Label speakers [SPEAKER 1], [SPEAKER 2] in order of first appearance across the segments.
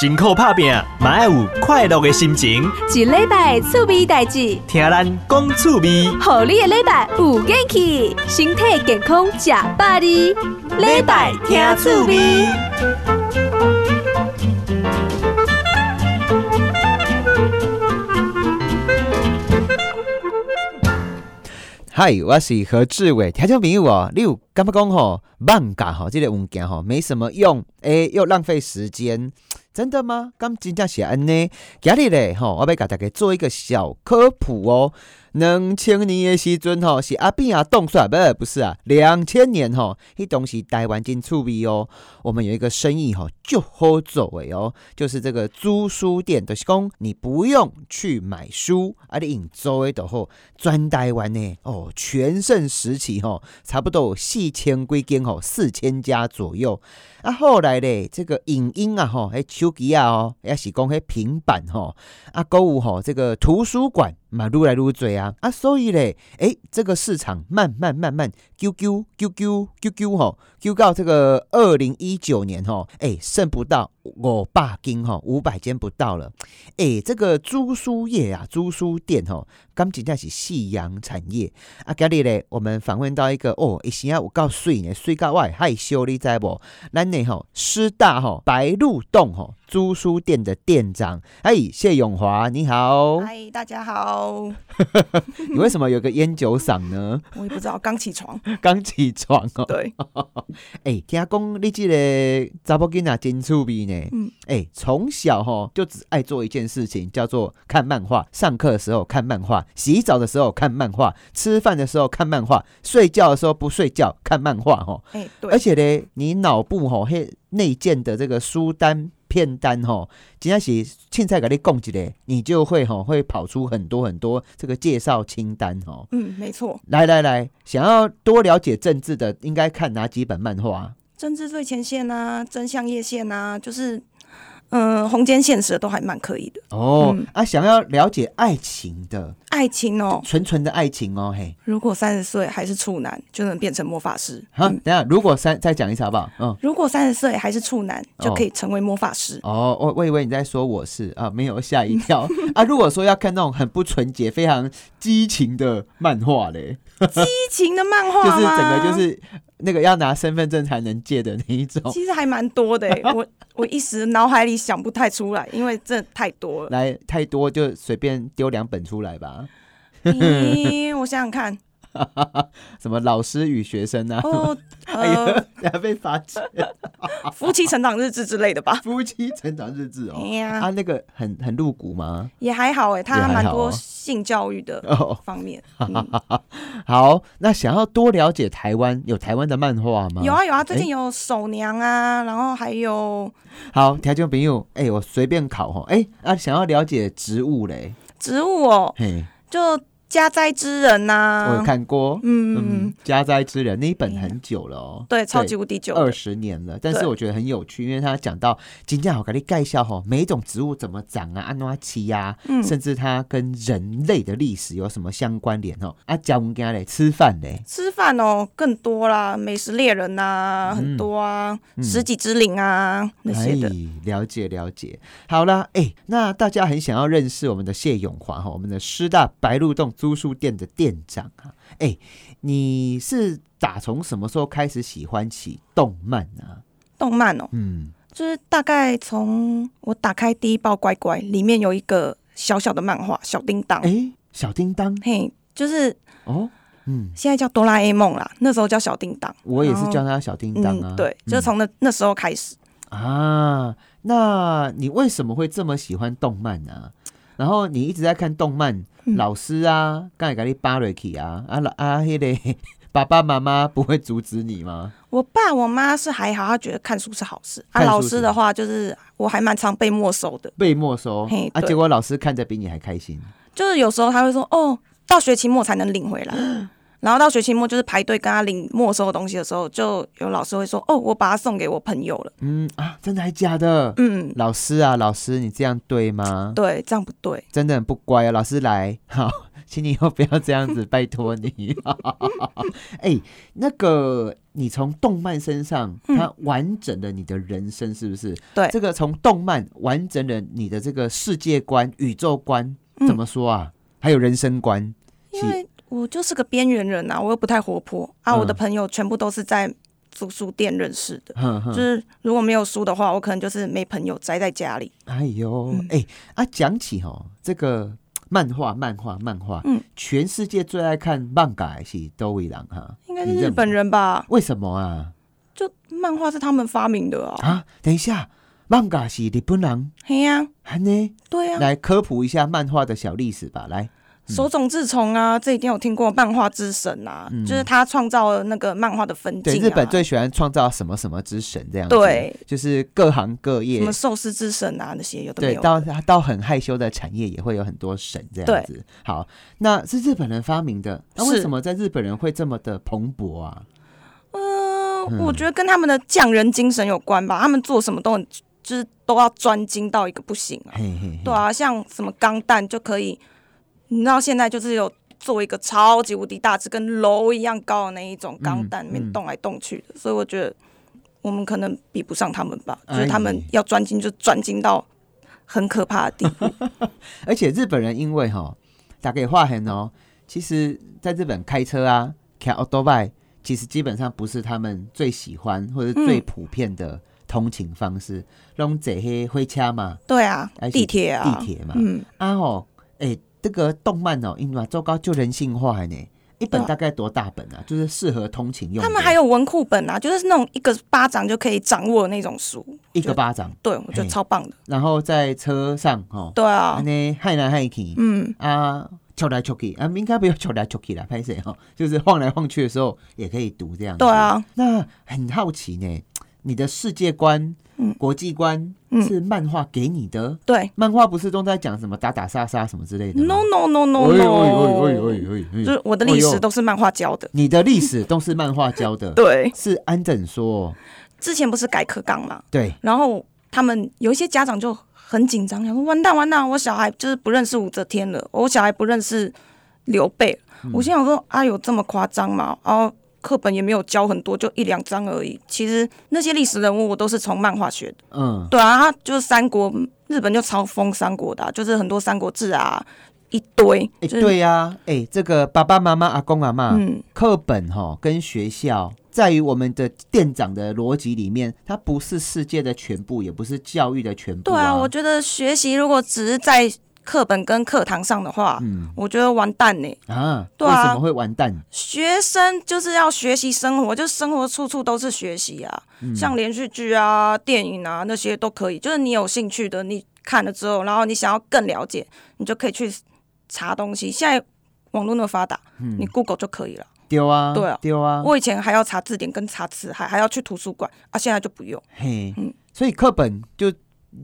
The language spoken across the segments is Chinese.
[SPEAKER 1] 辛苦打拼，嘛要有快乐的心情。
[SPEAKER 2] 一礼拜趣味代志，
[SPEAKER 1] 听咱讲趣味，
[SPEAKER 2] 互你的礼拜有元气，身体健康吃百里。礼拜听趣味，
[SPEAKER 3] 嗨，我是何志伟。听众朋友哦，你有感觉讲吼，放假吼，这个物件吼没什么用，诶、又浪费时间，真的吗？咁真正是安尼？今日咧吼，我要给大家做一个小科普哦。两千年的时阵吼，是阿扁啊冻出来，不不是啊，两千年吼，迄当时台湾真趣味哦。我们有一个生意吼，就好做诶哦，就是这个租书店，就是讲你不用去买书，啊，你用租诶就好。专台湾呢，哦，全盛时期吼、差不多有四千几间吼、四千家左右。啊，后来咧，这个影音啊吼，迄手机啊哦，也是讲迄平板吼、啊，购物吼，这个图书馆嘛，愈来愈多啊，啊，所以咧，诶，这个市场慢慢慢慢，啾啾啾啾啾啾吼，啾到这个二零一九年吼，诶，剩不到五百间吼，五百间不到了，诶，这个租书业啊，租书店吼、刚真正是夕阳产业啊！今日咧，我们访问到一个哦，一时啊有够水呢，水到我会害羞，你知无？咱呢吼，师大吼白鹿洞吼租书店的店长，哎，谢永华，你好。
[SPEAKER 4] 嗨，大家好，我
[SPEAKER 3] 你为什么有个烟酒嗓呢？
[SPEAKER 4] 也不知道，刚 起床。
[SPEAKER 3] 刚起床哦。
[SPEAKER 4] 对，
[SPEAKER 3] 哎，听讲你这个查甫囡仔真趣味呢。
[SPEAKER 4] 嗯，
[SPEAKER 3] 哎，从小吼就只爱做一件事情，叫做看漫画。上课的时候看漫画，洗澡的时候看漫画，吃饭的时候看漫画，睡觉的时候不睡觉看漫画吼。
[SPEAKER 4] 哎、对，
[SPEAKER 3] 而且呢，你脑部吼嘿内建的这个书单片单吼，只要是凊彩给你供一个，你就会吼会跑出很多很多这个介绍清单吼。
[SPEAKER 4] 嗯，没错，
[SPEAKER 3] 来来来，想要多了解政治的，应该看哪几本漫画？啊
[SPEAKER 4] 政治最前线啊，真相叶线啊，就是，嗯、红间现实的都还蛮可以的。
[SPEAKER 3] 哦、
[SPEAKER 4] 嗯
[SPEAKER 3] 啊，想要了解爱情的，
[SPEAKER 4] 爱情哦，
[SPEAKER 3] 纯纯的爱情哦，嘿，
[SPEAKER 4] 如果三十岁还是处男，就能变成魔法师。
[SPEAKER 3] 好，
[SPEAKER 4] 嗯
[SPEAKER 3] 等一下如果三再讲一次好不好？嗯，
[SPEAKER 4] 如果三十岁还是处男，
[SPEAKER 3] 哦
[SPEAKER 4] 就可以成为魔法师。
[SPEAKER 3] 哦，我我以为你在说我是啊，没有吓一 跳啊。如果说要看那种很不纯洁、非常激情的漫画 嘞，
[SPEAKER 4] 激情的漫画
[SPEAKER 3] 就是整
[SPEAKER 4] 吗
[SPEAKER 3] 个就是哦那个要拿身份证才能借的那一 种。
[SPEAKER 4] 其实还蛮多的、 欸，我我一时脑海里想不太出来，因为真的太多 了。
[SPEAKER 3] 来，太多就随便丢两本出来吧，
[SPEAKER 4] 咦，我想想看，
[SPEAKER 3] 什么老师与学生啊，
[SPEAKER 4] 哦，
[SPEAKER 3] 哎
[SPEAKER 4] 呃，
[SPEAKER 3] 呀，等下被罚钱。
[SPEAKER 4] 夫妻成长日志之类的吧。
[SPEAKER 3] 夫妻成长日志
[SPEAKER 4] 哎
[SPEAKER 3] 哦，
[SPEAKER 4] 呀，
[SPEAKER 3] 啊，那个很很露骨吗？
[SPEAKER 4] 也还好哎、欸，
[SPEAKER 3] 也
[SPEAKER 4] 他
[SPEAKER 3] 还
[SPEAKER 4] 蛮
[SPEAKER 3] 好
[SPEAKER 4] 多
[SPEAKER 3] 哦
[SPEAKER 4] 性教育的
[SPEAKER 3] 哦，
[SPEAKER 4] 方面。嗯、
[SPEAKER 3] 好，那想要多了解台湾，有台湾的漫画吗？
[SPEAKER 4] 有啊有啊，最近有手娘啊，然后还有
[SPEAKER 3] 好，听众朋友，哎、我随便考哈，哎、啊，想要了解植物嘞，
[SPEAKER 4] 植物哦，
[SPEAKER 3] 嘿，
[SPEAKER 4] 就家栽之人呐、
[SPEAKER 3] 我哦有看过，
[SPEAKER 4] 嗯
[SPEAKER 3] 嗯，，家栽之人那一本很久了哦，
[SPEAKER 4] 对，超级无敌久的
[SPEAKER 3] 二十年了，但是
[SPEAKER 4] 对
[SPEAKER 3] 我觉得很有趣，因为他讲到今天好给你介绍哈，每一种植物怎么长啊，安诺奇呀，
[SPEAKER 4] 嗯
[SPEAKER 3] 甚至它跟人类的历史有什么相关联哦，啊，讲物件嘞，吃饭嘞，
[SPEAKER 4] 吃饭哦更多啦，美食猎人
[SPEAKER 3] 嗯
[SPEAKER 4] 呐、很多啊，十几之灵啊那些的。
[SPEAKER 3] 哎，了解了解。好啦，哎、那大家很想要认识我们的谢永华哈，我们的师大白鹿洞租书店的店长啊。哎、你是打从什么时候开始喜欢起动漫啊？
[SPEAKER 4] 动漫哦，
[SPEAKER 3] 嗯，
[SPEAKER 4] 就是大概从我打开第一包乖乖，里面有一个小小的漫画小叮当，
[SPEAKER 3] 哎、小叮当
[SPEAKER 4] 嘿，就是
[SPEAKER 3] 哦，嗯，
[SPEAKER 4] 现在叫哆啦 A 梦啦，那时候叫小叮当。
[SPEAKER 3] 我也是
[SPEAKER 4] 然后
[SPEAKER 3] 叫他小叮当啊。
[SPEAKER 4] 嗯、对，就是从那、那时候开始，
[SPEAKER 3] 嗯啊，那你为什么会这么喜欢动漫呢、啊？然后你一直在看动漫，
[SPEAKER 4] 嗯
[SPEAKER 3] 老师啊，刚才给你扒瑞去啊，啊老啊，迄、那个 爸爸妈妈不会阻止你吗？
[SPEAKER 4] 我爸我妈是还好，他觉得看书是好事。啊，
[SPEAKER 3] 看书
[SPEAKER 4] 老
[SPEAKER 3] 是
[SPEAKER 4] 师的话就是我还蛮常被没收的，
[SPEAKER 3] 被没收
[SPEAKER 4] 嘿
[SPEAKER 3] 啊，
[SPEAKER 4] 对
[SPEAKER 3] 结果老师看着比你还开心。
[SPEAKER 4] 就是有时候他会说哦，到学期末才能领回来。 然后到学期末就是排队跟他领没收的东西的时候，就有老师会说：“哦，我把它送给我朋友了。
[SPEAKER 3] 嗯啊，真的还假的”？
[SPEAKER 4] 嗯，
[SPEAKER 3] 老师啊，老师，你这样对吗？
[SPEAKER 4] 对，这样不对。
[SPEAKER 3] 真的很不乖啊！老师来，好，请你以后不要这样子，拜托你。 哎、那个你从动漫身上，它完整了你的人生，是不是？
[SPEAKER 4] 嗯对
[SPEAKER 3] 这个从动漫完整了你的这个世界观、宇宙观，怎么说啊？还有人生观，是
[SPEAKER 4] 嗯因为我就是个边缘人啊，我又不太活泼啊，
[SPEAKER 3] 嗯
[SPEAKER 4] 我的朋友全部都是在租书店认识的。
[SPEAKER 3] 哼
[SPEAKER 4] 就
[SPEAKER 3] 哼，
[SPEAKER 4] 是如果没有书的话，我可能就是没朋友，宅在家里。
[SPEAKER 3] 哎呦，
[SPEAKER 4] 嗯
[SPEAKER 3] 哎、啊，讲起哦，这个漫画，漫画，漫画，
[SPEAKER 4] 嗯，
[SPEAKER 3] 全世界最爱看漫改是都一郎哈，
[SPEAKER 4] 应该是
[SPEAKER 3] 你认
[SPEAKER 4] 日本人吧？
[SPEAKER 3] 为什么啊？
[SPEAKER 4] 就漫画是他们发明的啊。
[SPEAKER 3] 啊，等一下，漫改是日本人，
[SPEAKER 4] 嘿呀、
[SPEAKER 3] 还呢？
[SPEAKER 4] 对啊呀、
[SPEAKER 3] 来科普一下漫画的小历史吧，来，
[SPEAKER 4] 手冢治虫啊，这一定有听过，漫画之神啊，就是他创造了那个漫画的分
[SPEAKER 3] 嗯对，
[SPEAKER 4] 镜、啊。
[SPEAKER 3] 日本最喜欢创造什么什么之神这样子，
[SPEAKER 4] 对，
[SPEAKER 3] 就是各行各
[SPEAKER 4] 什
[SPEAKER 3] 业
[SPEAKER 4] 么，寿司之神啊，那些有的
[SPEAKER 3] 对，
[SPEAKER 4] 没有的。
[SPEAKER 3] 到到很害羞的产业也会有很多神这样
[SPEAKER 4] 对
[SPEAKER 3] 子。好，那是日本人发明的，那为
[SPEAKER 4] 是
[SPEAKER 3] 什么在日本人会这么的蓬勃啊？
[SPEAKER 4] 嗯，我觉得跟他们的匠人精神有关吧，他们做什么都很，就是都要专精到一个不行啊。
[SPEAKER 3] 嘿嘿嘿，
[SPEAKER 4] 对啊，像什么钢弹就可以，你知道现在就是有做一个超级无敌大只，跟楼一样高的那一种钢
[SPEAKER 3] 嗯
[SPEAKER 4] 弹，里面动来动去的，所以我觉得我们可能比不上他们吧，就
[SPEAKER 3] 哎
[SPEAKER 4] 是他们要专精就专精到很可怕的地 步。
[SPEAKER 3] 而且日本人因为哈、打给划痕哦，其实在日本开车啊，开 a u t o b i 其实基本上不是他们最喜欢或者最普遍的通勤方式，拢坐黑灰车嘛，
[SPEAKER 4] 对啊
[SPEAKER 3] 还，是
[SPEAKER 4] 地铁啊，
[SPEAKER 3] 地铁嘛，
[SPEAKER 4] 嗯，
[SPEAKER 3] 啊吼、哎、这个动漫哦，因为糟糕就人性化呢。一本
[SPEAKER 4] 对啊
[SPEAKER 3] 大概多大本啊？就是适合通勤用的。
[SPEAKER 4] 他们还有文库本啊，就是那种一个巴掌就可以掌握的那种书，
[SPEAKER 3] 一个巴掌，
[SPEAKER 4] 对我觉
[SPEAKER 3] 嘿
[SPEAKER 4] 得超棒的。
[SPEAKER 3] 然后在车上哦，
[SPEAKER 4] 对啊
[SPEAKER 3] 安，尼害来害去，
[SPEAKER 4] 嗯，
[SPEAKER 3] 啊，敲来敲去啊，应该不要敲来敲去啦，拍谁哈？哦 就是晃来晃去的时候也可以读这样。
[SPEAKER 4] 对，啊，
[SPEAKER 3] 那很好奇呢，你的世界观、
[SPEAKER 4] 嗯
[SPEAKER 3] 国际观
[SPEAKER 4] 嗯
[SPEAKER 3] 是漫画给你的？
[SPEAKER 4] 对
[SPEAKER 3] 漫画不是都在讲什么打打杀杀什么之类的吗
[SPEAKER 4] ，no no no no
[SPEAKER 3] 哎呦哎呦哎呦哎
[SPEAKER 4] no，
[SPEAKER 3] 呦哎呦
[SPEAKER 4] 就是我的历
[SPEAKER 3] 哎
[SPEAKER 4] 史
[SPEAKER 3] 呦
[SPEAKER 4] 都是漫画教的。
[SPEAKER 3] 你的历史都是漫画教的，
[SPEAKER 4] 对，
[SPEAKER 3] 是安整说，
[SPEAKER 4] 之前不是改课纲嘛，
[SPEAKER 3] 对，
[SPEAKER 4] 然后他们有一些家长就很紧张，想说完蛋完蛋，我小孩就是不认识武则天了，我小孩不认识刘备了。我心想说啊，有这么夸张吗？然后课本也没有教很多，就一两章而已。其实那些历史人物我都是从漫画学的。
[SPEAKER 3] 嗯，
[SPEAKER 4] 对啊，他就是三国，日本就超疯三国的啊、就是很多《三国志》啊，一堆。啊
[SPEAKER 3] 哎、
[SPEAKER 4] 就是、
[SPEAKER 3] 对呀、哎、这个爸爸妈妈、阿公阿妈，
[SPEAKER 4] 嗯，
[SPEAKER 3] 课本哈、跟学校，在于我们的店长的逻辑里面，它不是世界的全部，也不是教育的全部、
[SPEAKER 4] 对啊，
[SPEAKER 3] 啊，
[SPEAKER 4] 我觉得学习如果只是在课本跟课堂上的话，
[SPEAKER 3] 嗯
[SPEAKER 4] 我觉得完蛋呢、
[SPEAKER 3] 啊，
[SPEAKER 4] 对
[SPEAKER 3] 为
[SPEAKER 4] 啊
[SPEAKER 3] 什么会完蛋？
[SPEAKER 4] 学生就是要学习生活，就是生活处处都是学习啊，
[SPEAKER 3] 嗯
[SPEAKER 4] 像连续剧啊、电影啊那些都可以，就是你有兴趣的，你看了之后，然后你想要更了解，你就可以去查东西。现在网络那么发达，
[SPEAKER 3] 嗯
[SPEAKER 4] 你 Google 就可以了。
[SPEAKER 3] 丢啊，
[SPEAKER 4] 对啊
[SPEAKER 3] 丢啊，
[SPEAKER 4] 我以前还要查字典跟查词海，还要去图书馆啊，现在就不用。
[SPEAKER 3] 嘿，
[SPEAKER 4] 嗯
[SPEAKER 3] 所以课本就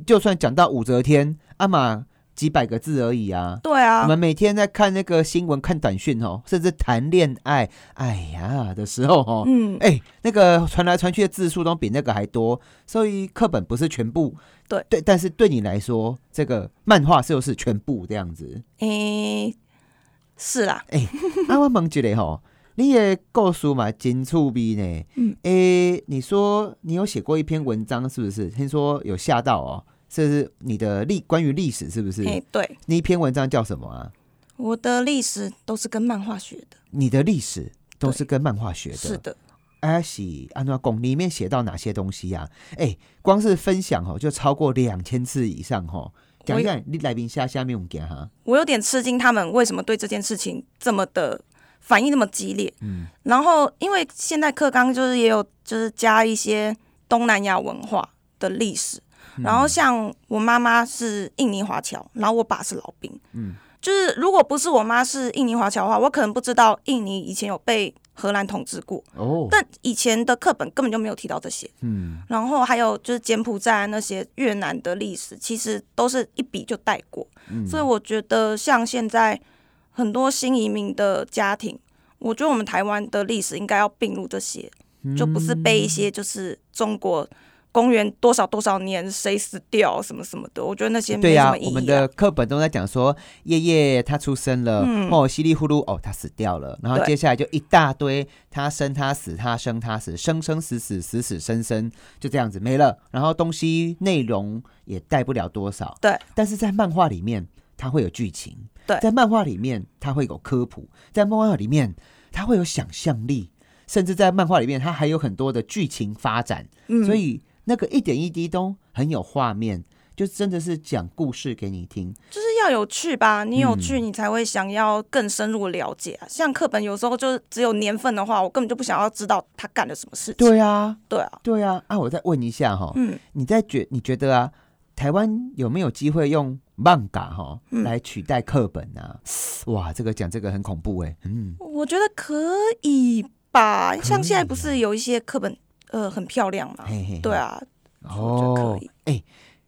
[SPEAKER 3] 就算讲到武则天，阿、玛几百个字而已啊。
[SPEAKER 4] 对
[SPEAKER 3] 我
[SPEAKER 4] 啊，
[SPEAKER 3] 们每天在看那个新闻、看短讯哦，甚至谈恋爱，哎呀的时候哦，
[SPEAKER 4] 嗯，
[SPEAKER 3] 哎、那个传来传去的字数都比那个还多，所以课本不是全部。
[SPEAKER 4] 对
[SPEAKER 3] 对，但是对你来说，这个漫画就是全部这样子。
[SPEAKER 4] 诶、是啦，
[SPEAKER 3] 啊，我问一下吼，你的故事嘛真趣味呢。
[SPEAKER 4] 嗯，
[SPEAKER 3] 诶、你说你有写过一篇文章，是不是？听说有吓到哦，这是你的历关于历史，是不是？
[SPEAKER 4] 诶、对，
[SPEAKER 3] 那一篇文章叫什么啊？
[SPEAKER 4] 我的历史都是跟漫画学的，
[SPEAKER 3] 你的历史都是跟漫画学的。
[SPEAKER 4] 是的，
[SPEAKER 3] 阿喜哎安娜贡里面写到哪些东西呀、哎、光是分享哦，就超过两千次以上哦。讲一下你来宾下下面我们讲哈，
[SPEAKER 4] 我有点吃惊，他们为什么对这件事情这么的反应那么激烈？嗯，然后因为现在课纲就是也有就是加一些东南亚文化的历史，然后像我妈妈是印尼华侨，然后我爸是老兵，嗯，就是如果不是我妈是印尼华侨的话，我可能不知道印尼以前有被荷兰统治过，
[SPEAKER 3] 哦，
[SPEAKER 4] 但以前的课本根本就没有提到这些。
[SPEAKER 3] 嗯，
[SPEAKER 4] 然后还有就是柬埔寨那些越南的历史，其实都是一笔就带过。
[SPEAKER 3] 嗯
[SPEAKER 4] 所以我觉得像现在很多新移民的家庭，我觉得
[SPEAKER 3] 嗯
[SPEAKER 4] 我们台湾的历史应该要并入这些，就不是被一些就是中国公元多少多少年谁死掉什么什么的，我觉得那些
[SPEAKER 3] 对
[SPEAKER 4] 没什
[SPEAKER 3] 呀、
[SPEAKER 4] 么意
[SPEAKER 3] 我们
[SPEAKER 4] 义、啊
[SPEAKER 3] 的。课本都在讲说，夜夜他出生了，
[SPEAKER 4] 嗯
[SPEAKER 3] 哦，稀里糊涂，哦，他死掉了，然后
[SPEAKER 4] 对
[SPEAKER 3] 接下来就一大堆，他生他死，他生他死，生生死死，死死生生，就这样子没了。然后东西内容也带不了多少，
[SPEAKER 4] 对。
[SPEAKER 3] 但是在漫画里面，它会有剧情，
[SPEAKER 4] 对
[SPEAKER 3] 在漫画里面，它会有科普，在漫画里面，它会有想象力，甚至在漫画里面，它还有很多的剧情发展。
[SPEAKER 4] 嗯
[SPEAKER 3] 所以那个一点一滴都很有画面，就真的是讲故事给你听。
[SPEAKER 4] 就是要有趣吧，你有趣，你才会想要更深入了解、
[SPEAKER 3] 嗯
[SPEAKER 4] 啊。像课本有时候就是只有年份的话，我根本就不想要知道他干了什么事情。
[SPEAKER 3] 对啊，
[SPEAKER 4] 对啊，
[SPEAKER 3] 对啊。啊，我再问一下哈、
[SPEAKER 4] 嗯，
[SPEAKER 3] 你在觉你觉得啊，台湾有没有机会用漫嘎哈
[SPEAKER 4] 嗯
[SPEAKER 3] 来取代课本啊？哇，这个讲这个很恐怖哎、嗯，
[SPEAKER 4] 我觉得可以吧。像现在不是有一些课本呃很漂亮嘛？
[SPEAKER 3] 嘿嘿嘿
[SPEAKER 4] 对啊，我觉得
[SPEAKER 3] 哦
[SPEAKER 4] 可以，
[SPEAKER 3] 哎、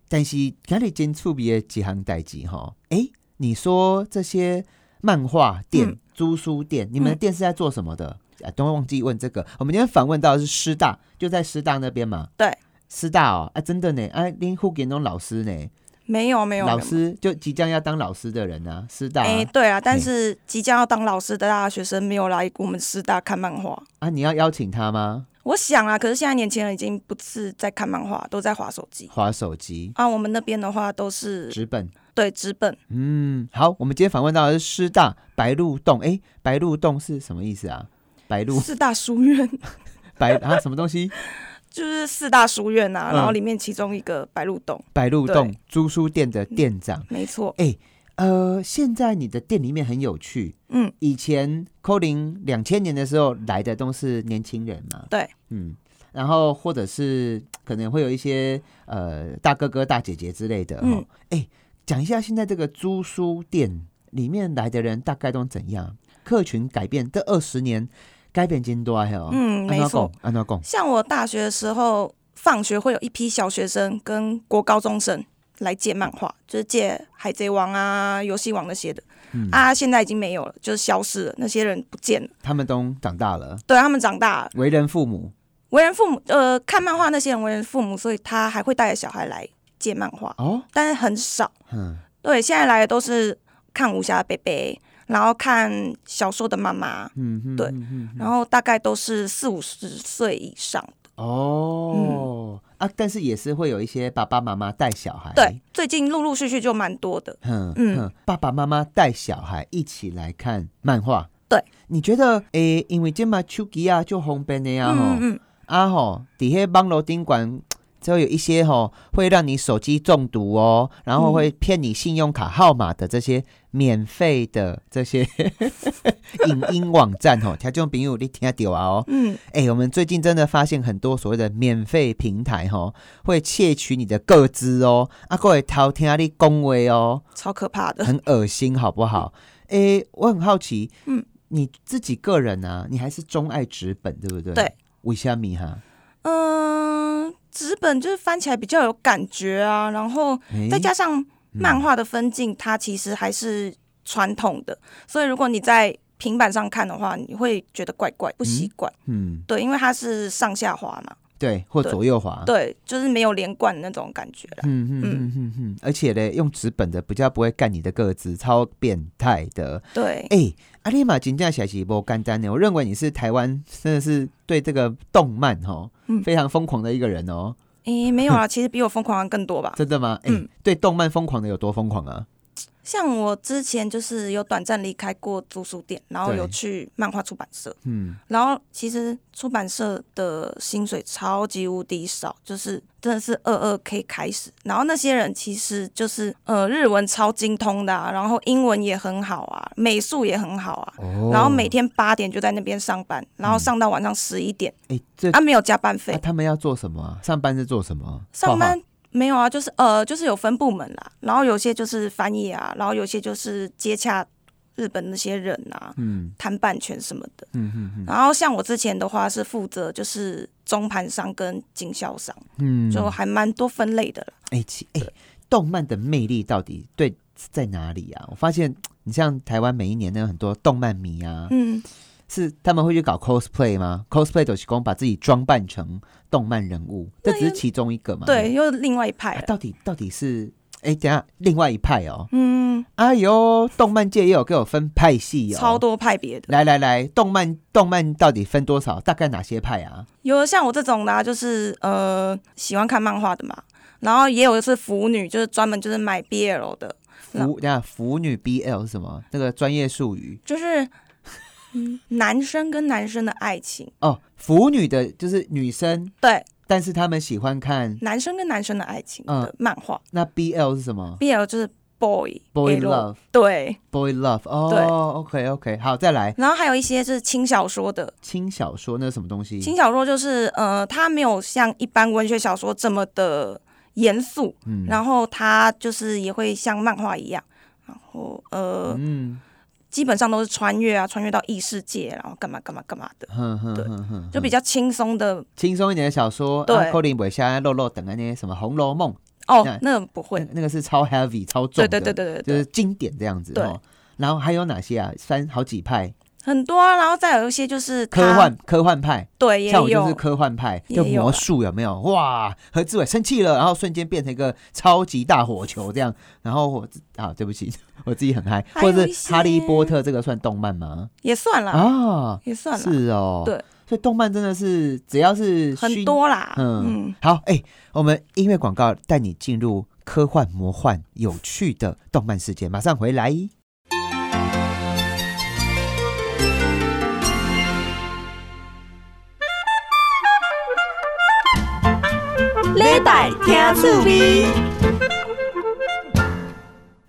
[SPEAKER 3] 但是家里真触别几行代志哈，哎、你说这些漫画店、
[SPEAKER 4] 嗯
[SPEAKER 3] 租书店，你们的店是在做什么的？啊，都忘记问这个。我们今天访问到的是师大，就在师大那边嘛。
[SPEAKER 4] 对，
[SPEAKER 3] 师大哦，啊，真的呢，啊，林护给那种老师呢，
[SPEAKER 4] 没有没有
[SPEAKER 3] 老
[SPEAKER 4] 没有
[SPEAKER 3] 师就即将要当老师的人啊，师大啊、
[SPEAKER 4] 哎、对啊，但是即将要当老师的大学生没有来我们师大看漫画。
[SPEAKER 3] 啊，你要邀请他吗？
[SPEAKER 4] 我想啊，可是现在年轻人已经不是在看漫画，都在划手机
[SPEAKER 3] 划手机。
[SPEAKER 4] 啊。我们那边的话都是
[SPEAKER 3] 纸本，
[SPEAKER 4] 对纸本，
[SPEAKER 3] 嗯，好，我们今天访问到的是师大白鹿洞，哎、白鹿洞是什么意思啊？白 鹿
[SPEAKER 4] 四大书院
[SPEAKER 3] 白啊什么东西？
[SPEAKER 4] 就是四大书院啊，
[SPEAKER 3] 嗯
[SPEAKER 4] 然后里面其中一个白鹿洞，
[SPEAKER 3] 白鹿洞
[SPEAKER 4] 对
[SPEAKER 3] 租书店的店长。
[SPEAKER 4] 没错，
[SPEAKER 3] 呃，现在你的店里面很有趣。
[SPEAKER 4] 嗯，
[SPEAKER 3] 以前 Colin 两千年的时候来的都是年轻人嘛。
[SPEAKER 4] 对，
[SPEAKER 3] 嗯，然后或者是呃可能会有一些呃大哥哥大姐姐之类的。
[SPEAKER 4] 嗯
[SPEAKER 3] 嗯，哎、讲一下现在这个租书店里面来的人大概都怎样？客群改变这二十年改变金多还有
[SPEAKER 4] 嗯，没错。，
[SPEAKER 3] 按照讲，
[SPEAKER 4] 像我大学的时候，放学会有一批小学生跟国高中生来借漫画，就是借《海贼王》啊、《游戏王》那些的、
[SPEAKER 3] 嗯
[SPEAKER 4] 啊，现在已经没有了，就是消失了，那些人不见了。
[SPEAKER 3] 他们都长大了，
[SPEAKER 4] 对他们长大了，
[SPEAKER 3] 为人父母。
[SPEAKER 4] 为人父母，呃，看漫画那些人为人父母，所以他还会带着小孩来借漫画，
[SPEAKER 3] 哦，
[SPEAKER 4] 但是很少。
[SPEAKER 3] 嗯，
[SPEAKER 4] 对，现在来的都是看武侠的贝贝，然后看小说的妈妈，
[SPEAKER 3] 嗯哼
[SPEAKER 4] 对
[SPEAKER 3] 嗯哼
[SPEAKER 4] 然后大概都是四五十岁以上的。嗯
[SPEAKER 3] 哦、啊，但是也是会有一些爸爸妈妈带小孩，
[SPEAKER 4] 对，，最近陆陆续续就蛮多的。
[SPEAKER 3] 嗯
[SPEAKER 4] 嗯
[SPEAKER 3] 嗯，爸爸妈妈带小孩一起来看漫画，
[SPEAKER 4] 对，
[SPEAKER 3] 你觉得诶、因为今嘛手机啊就方便的呀、吼、
[SPEAKER 4] 嗯嗯嗯，
[SPEAKER 3] 啊吼，底下网络顶管。就有一些吼会让你手机中毒哦，然
[SPEAKER 4] 嗯
[SPEAKER 3] 后会骗你信用卡号码的这些免费的这些 影音网站吼，听众朋友你听到啊哦，
[SPEAKER 4] 嗯，
[SPEAKER 3] 哎、我们最近真的发现很多所谓的免费平台哈、会窃取你的个资哦，啊，各位偷听你恭维哦，
[SPEAKER 4] 超可怕的。
[SPEAKER 3] 很恶心，好不好？哎、我很好奇，
[SPEAKER 4] 嗯，
[SPEAKER 3] 你自己个人啊，你还是钟爱纸本，对不对？
[SPEAKER 4] 对，
[SPEAKER 3] 为什么哈？
[SPEAKER 4] 嗯，纸本就是翻起来比较有感觉啊，然后
[SPEAKER 3] 诶
[SPEAKER 4] 再加上漫画的分镜，它其实还是传统的，所以如果你在平板上看的话，你会觉得怪怪不习惯。
[SPEAKER 3] 嗯，
[SPEAKER 4] 对，因为它是上下滑嘛，
[SPEAKER 3] 对，或
[SPEAKER 4] 对
[SPEAKER 3] 左右滑，，
[SPEAKER 4] 对，就是没有连贯的那种感觉啦。
[SPEAKER 3] 嗯嗯嗯嗯嗯，而且呢，用纸本的比较不会干你的个资，超变态的。
[SPEAKER 4] 对，
[SPEAKER 3] 哎、阿丽玛金价小是不简单的，哦我认为你是台湾真的是对这个动漫哦、
[SPEAKER 4] 嗯
[SPEAKER 3] 非常疯狂的一个人哦、
[SPEAKER 4] 诶，没 有啊，其实比我疯狂的更多吧。
[SPEAKER 3] 真的吗？哎、
[SPEAKER 4] 嗯
[SPEAKER 3] 对动漫疯狂的有多疯狂啊？
[SPEAKER 4] 像我之前就是有短暂离开过租书店，然后
[SPEAKER 3] 对
[SPEAKER 4] 有去漫画出版社，
[SPEAKER 3] 嗯，
[SPEAKER 4] 然后其实出版社的薪水超级无敌少，就是真的是二二 K 开始。然后那些人其实就是呃日文超精通的、啊，然后英文也很好啊，美术也很好啊。
[SPEAKER 3] 哦
[SPEAKER 4] 然后每天八点就在那边上班，然后上到晚上十一点，
[SPEAKER 3] 哎、这、
[SPEAKER 4] 啊没有加班费，
[SPEAKER 3] 啊他们要做什么啊？上班是做什么？
[SPEAKER 4] 上
[SPEAKER 3] 画
[SPEAKER 4] 班没有啊，就是呃就是有分部门啦，然后有些就是翻译啊，然后有些就是接洽日本那些人啊，
[SPEAKER 3] 画，嗯
[SPEAKER 4] 谈版权什么的。
[SPEAKER 3] 嗯嗯
[SPEAKER 4] 然后像我之前的话是负责就是中盘商跟经销商，
[SPEAKER 3] 嗯，
[SPEAKER 4] 就还蛮多分类的啦。
[SPEAKER 3] 哎其哎，动漫的魅力到底对在哪里啊？我发现你像台湾每一年呢有很多动漫迷啊，
[SPEAKER 4] 嗯，
[SPEAKER 3] 是他们会去搞 cosplay 吗？cosplay 就是光把自己装扮成动漫人物，这只是其中一个嘛。
[SPEAKER 4] 对，又另外一派
[SPEAKER 3] 啊，
[SPEAKER 4] 了。
[SPEAKER 3] 到底到底是哎、等一下另外一派哦。
[SPEAKER 4] 嗯，
[SPEAKER 3] 哎呦，动漫界也有给我分派系哦，
[SPEAKER 4] 超。多派别的，
[SPEAKER 3] 来来来，动漫动漫到底分多少？大概哪些派啊？
[SPEAKER 4] 有的像我这种的、啊，就是呃喜欢看漫画的嘛，然后也有的是腐女，就是专门就是买 BL 的，那
[SPEAKER 3] 腐，等一下腐女 BL 是什么？那个专业术语
[SPEAKER 4] 就是嗯男生跟男生的爱情，
[SPEAKER 3] 哦。腐女的就是女生，
[SPEAKER 4] 对，
[SPEAKER 3] 但是他们喜欢看
[SPEAKER 4] 男生跟男生的爱情
[SPEAKER 3] 嗯
[SPEAKER 4] 的漫画、
[SPEAKER 3] 那 BL 是什么
[SPEAKER 4] b l 就是 boy
[SPEAKER 3] ？Boy
[SPEAKER 4] L
[SPEAKER 3] love,
[SPEAKER 4] 对，
[SPEAKER 3] boy love。
[SPEAKER 4] 对
[SPEAKER 3] 哦，OK OK，好，再来
[SPEAKER 4] 然后还有一些是轻小说的，
[SPEAKER 3] 轻小说，那是什么东西？
[SPEAKER 4] 轻小说就是呃，它没有像一般文学小说这么的严肃，
[SPEAKER 3] 嗯
[SPEAKER 4] 然后它就是也会像漫画一样，然后呃，
[SPEAKER 3] 嗯，
[SPEAKER 4] 基本上都是穿越啊，穿越到异世界，然后干嘛干嘛干嘛的，
[SPEAKER 3] 哼哼
[SPEAKER 4] 对
[SPEAKER 3] 哼哼，
[SPEAKER 4] 就比较轻松的
[SPEAKER 3] 轻松一点的小说。
[SPEAKER 4] 对
[SPEAKER 3] 啊，柯林伟下肉肉等啊那些什么《红楼梦》
[SPEAKER 4] 哦
[SPEAKER 3] 那，
[SPEAKER 4] 那不
[SPEAKER 3] 那
[SPEAKER 4] 会，
[SPEAKER 3] 那个是超 heavy 超重
[SPEAKER 4] 对
[SPEAKER 3] 的，
[SPEAKER 4] 对对对对
[SPEAKER 3] 就
[SPEAKER 4] 对，
[SPEAKER 3] 是经典这样子。
[SPEAKER 4] 对
[SPEAKER 3] 哦。然后还有哪些啊？三好几派，
[SPEAKER 4] 很多、啊，然后再有一些就是它
[SPEAKER 3] 科幻科幻派，
[SPEAKER 4] 对也
[SPEAKER 3] 像我就是
[SPEAKER 4] 有，
[SPEAKER 3] 科幻派，
[SPEAKER 4] 也
[SPEAKER 3] 就
[SPEAKER 4] 有啊
[SPEAKER 3] 魔
[SPEAKER 4] 啦
[SPEAKER 3] 术有没有？哇，何志伟生气了，然后瞬间变成一个超级大火球这样，然后我自啊，对不起， 我自己很嗨，
[SPEAKER 4] 还
[SPEAKER 3] 或
[SPEAKER 4] 有
[SPEAKER 3] 者
[SPEAKER 4] 一
[SPEAKER 3] 是哈利
[SPEAKER 4] 些
[SPEAKER 3] 波特这个算动漫吗？
[SPEAKER 4] 也算啦，
[SPEAKER 3] 啊，
[SPEAKER 4] 也算啦，
[SPEAKER 3] 是哦，
[SPEAKER 4] 对，
[SPEAKER 3] 所以动漫真的是只要是虚
[SPEAKER 4] 很，多啦，
[SPEAKER 3] 嗯
[SPEAKER 4] 嗯，
[SPEAKER 3] 好，哎、我们音乐广告带你进入科幻魔幻有趣的动漫世界，马上回来。
[SPEAKER 2] 礼拜听趣味，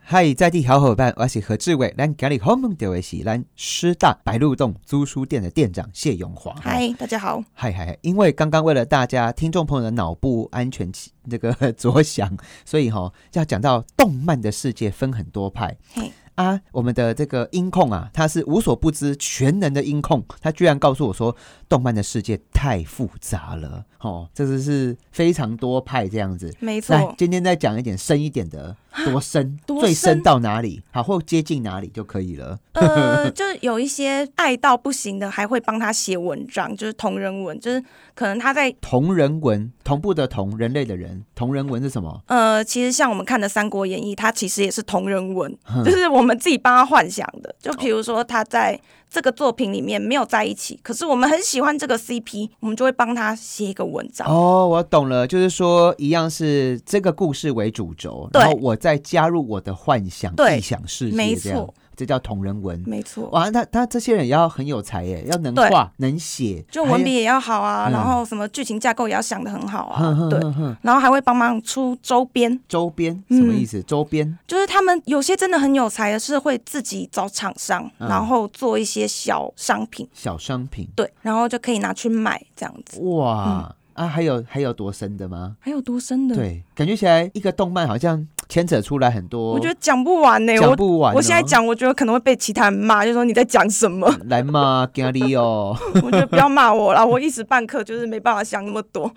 [SPEAKER 3] 嗨，在地好伙伴，我是何志伟。咱今日好梦到的是咱师大白鹿洞租书店的店长谢永华。
[SPEAKER 4] 嗨，大家好，
[SPEAKER 3] 嗨嗨，嗨因为刚刚为了大家听众朋友的脑部安全起 那个着想，所以哈、要讲到动漫的世界分很多派
[SPEAKER 4] 嘿。
[SPEAKER 3] 啊，我们的这个音控啊，他是无所不知、全能的音控，他居然告诉我说，动漫的世界太复杂了，哦，这就是非常多派这样子。
[SPEAKER 4] 没
[SPEAKER 3] 来
[SPEAKER 4] 错，，
[SPEAKER 3] 今天再讲一点深一点的，多深，
[SPEAKER 4] 多
[SPEAKER 3] 最
[SPEAKER 4] 深
[SPEAKER 3] 深到哪里，好或接近哪里就可以了。
[SPEAKER 4] 呃，就是有一些爱到不行的，还会帮他写文章，就是同人文，就是可能他在
[SPEAKER 3] 同人文，同步的同，人类的人，同人文是什么？
[SPEAKER 4] 呃，其实像我们看的《三国演义》，它其实也是同人文，
[SPEAKER 3] 哼
[SPEAKER 4] 就是我们自己帮他幻想的。就比如说他在这个作品里面没有在一起，可是我们很喜欢这个 CP，我们就会帮他写一个文章。
[SPEAKER 3] 哦，我懂了，就是说一样是这个故事为主轴，
[SPEAKER 4] 对
[SPEAKER 3] 然后我再加入我的幻想、
[SPEAKER 4] 对
[SPEAKER 3] 臆想世
[SPEAKER 4] 没
[SPEAKER 3] 界，这样
[SPEAKER 4] 错，
[SPEAKER 3] 这叫同人文。
[SPEAKER 4] 没错，
[SPEAKER 3] 哇，那他这些人也要很有才耶，要能
[SPEAKER 4] 对
[SPEAKER 3] 画、能写，
[SPEAKER 4] 就
[SPEAKER 3] 还
[SPEAKER 4] 文笔也要好啊，
[SPEAKER 3] 嗯
[SPEAKER 4] 然后什么剧情架构也要想的很好啊，
[SPEAKER 3] 哼哼
[SPEAKER 4] 对，
[SPEAKER 3] 哼哼
[SPEAKER 4] 然后还会帮忙出周边。
[SPEAKER 3] 周边什么
[SPEAKER 4] 嗯
[SPEAKER 3] 意思？周边
[SPEAKER 4] 就是他们有些真的很有才的，是会自己找厂商，
[SPEAKER 3] 嗯
[SPEAKER 4] 然后做一些小商品，
[SPEAKER 3] 小商品，
[SPEAKER 4] 对，然后就可以拿去卖这样子。
[SPEAKER 3] 哇啊，还有还有多深的吗？
[SPEAKER 4] 还有多嗯深的？，
[SPEAKER 3] 对，感觉起来一个动漫好像牵扯出来很多，
[SPEAKER 4] 我觉得讲不完呢、
[SPEAKER 3] 讲
[SPEAKER 4] 我
[SPEAKER 3] 不完、哦啊
[SPEAKER 4] 我现在。讲，我觉得可能会被其他人骂，就说你在讲什么。
[SPEAKER 3] 来嘛，咖喱哦！
[SPEAKER 4] 我觉得不要骂我啦，我一时半刻就是没办法想那么多。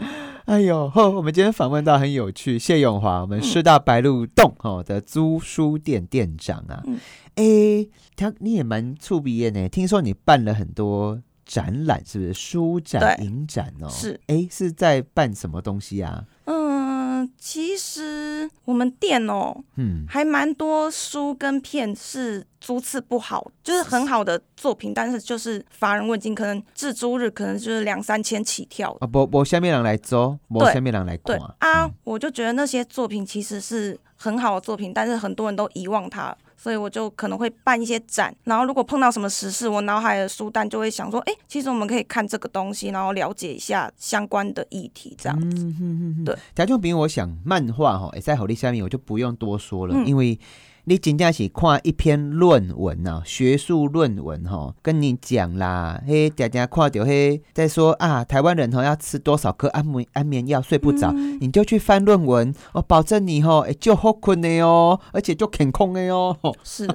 [SPEAKER 3] 哎呦， 吼我们今天访问到很有趣，谢永华，我
[SPEAKER 4] 嗯
[SPEAKER 3] 们师大白鹿洞哦的租书店店长啊
[SPEAKER 4] 嗯，
[SPEAKER 3] 哎、他你也蛮触鼻业呢，听说你办了很多展览，是不是？书展、
[SPEAKER 4] 对
[SPEAKER 3] 影展哦，
[SPEAKER 4] 是，
[SPEAKER 3] 哎、是在办什么东西啊？
[SPEAKER 4] 嗯，其实我们店哦，
[SPEAKER 3] 嗯，
[SPEAKER 4] 还蛮多书跟片是租次不好，就是很好的作品，但是就是乏人问津，可能至租日可能就是两三千起跳
[SPEAKER 3] 啊，我我下面人来走，我
[SPEAKER 4] 对
[SPEAKER 3] 下面人来看
[SPEAKER 4] 对啊，我就觉得那些作品其实是很好的作品，但是很多人都遗忘它，所以我就可能会办一些展。然后如果碰到什么时事，我脑海的书单就会想说，哎、其实我们可以看这个东西，然后了解一下相关的议题，这样子。
[SPEAKER 3] 嗯哼哼哼
[SPEAKER 4] 对，
[SPEAKER 3] 条件比我想漫画哈，也在好利下面我就不用多说了，
[SPEAKER 4] 嗯
[SPEAKER 3] 因为你真正是看一篇论文呐、学术论文哈、跟你讲啦，嘿，大家看到嘿，在说啊，台湾人哈、要吃多少颗安眠安眠药睡不着。
[SPEAKER 4] 嗯
[SPEAKER 3] 你就去翻论文，我保证你吼、哎就好困的哦，而且就健康的哦。
[SPEAKER 4] 是，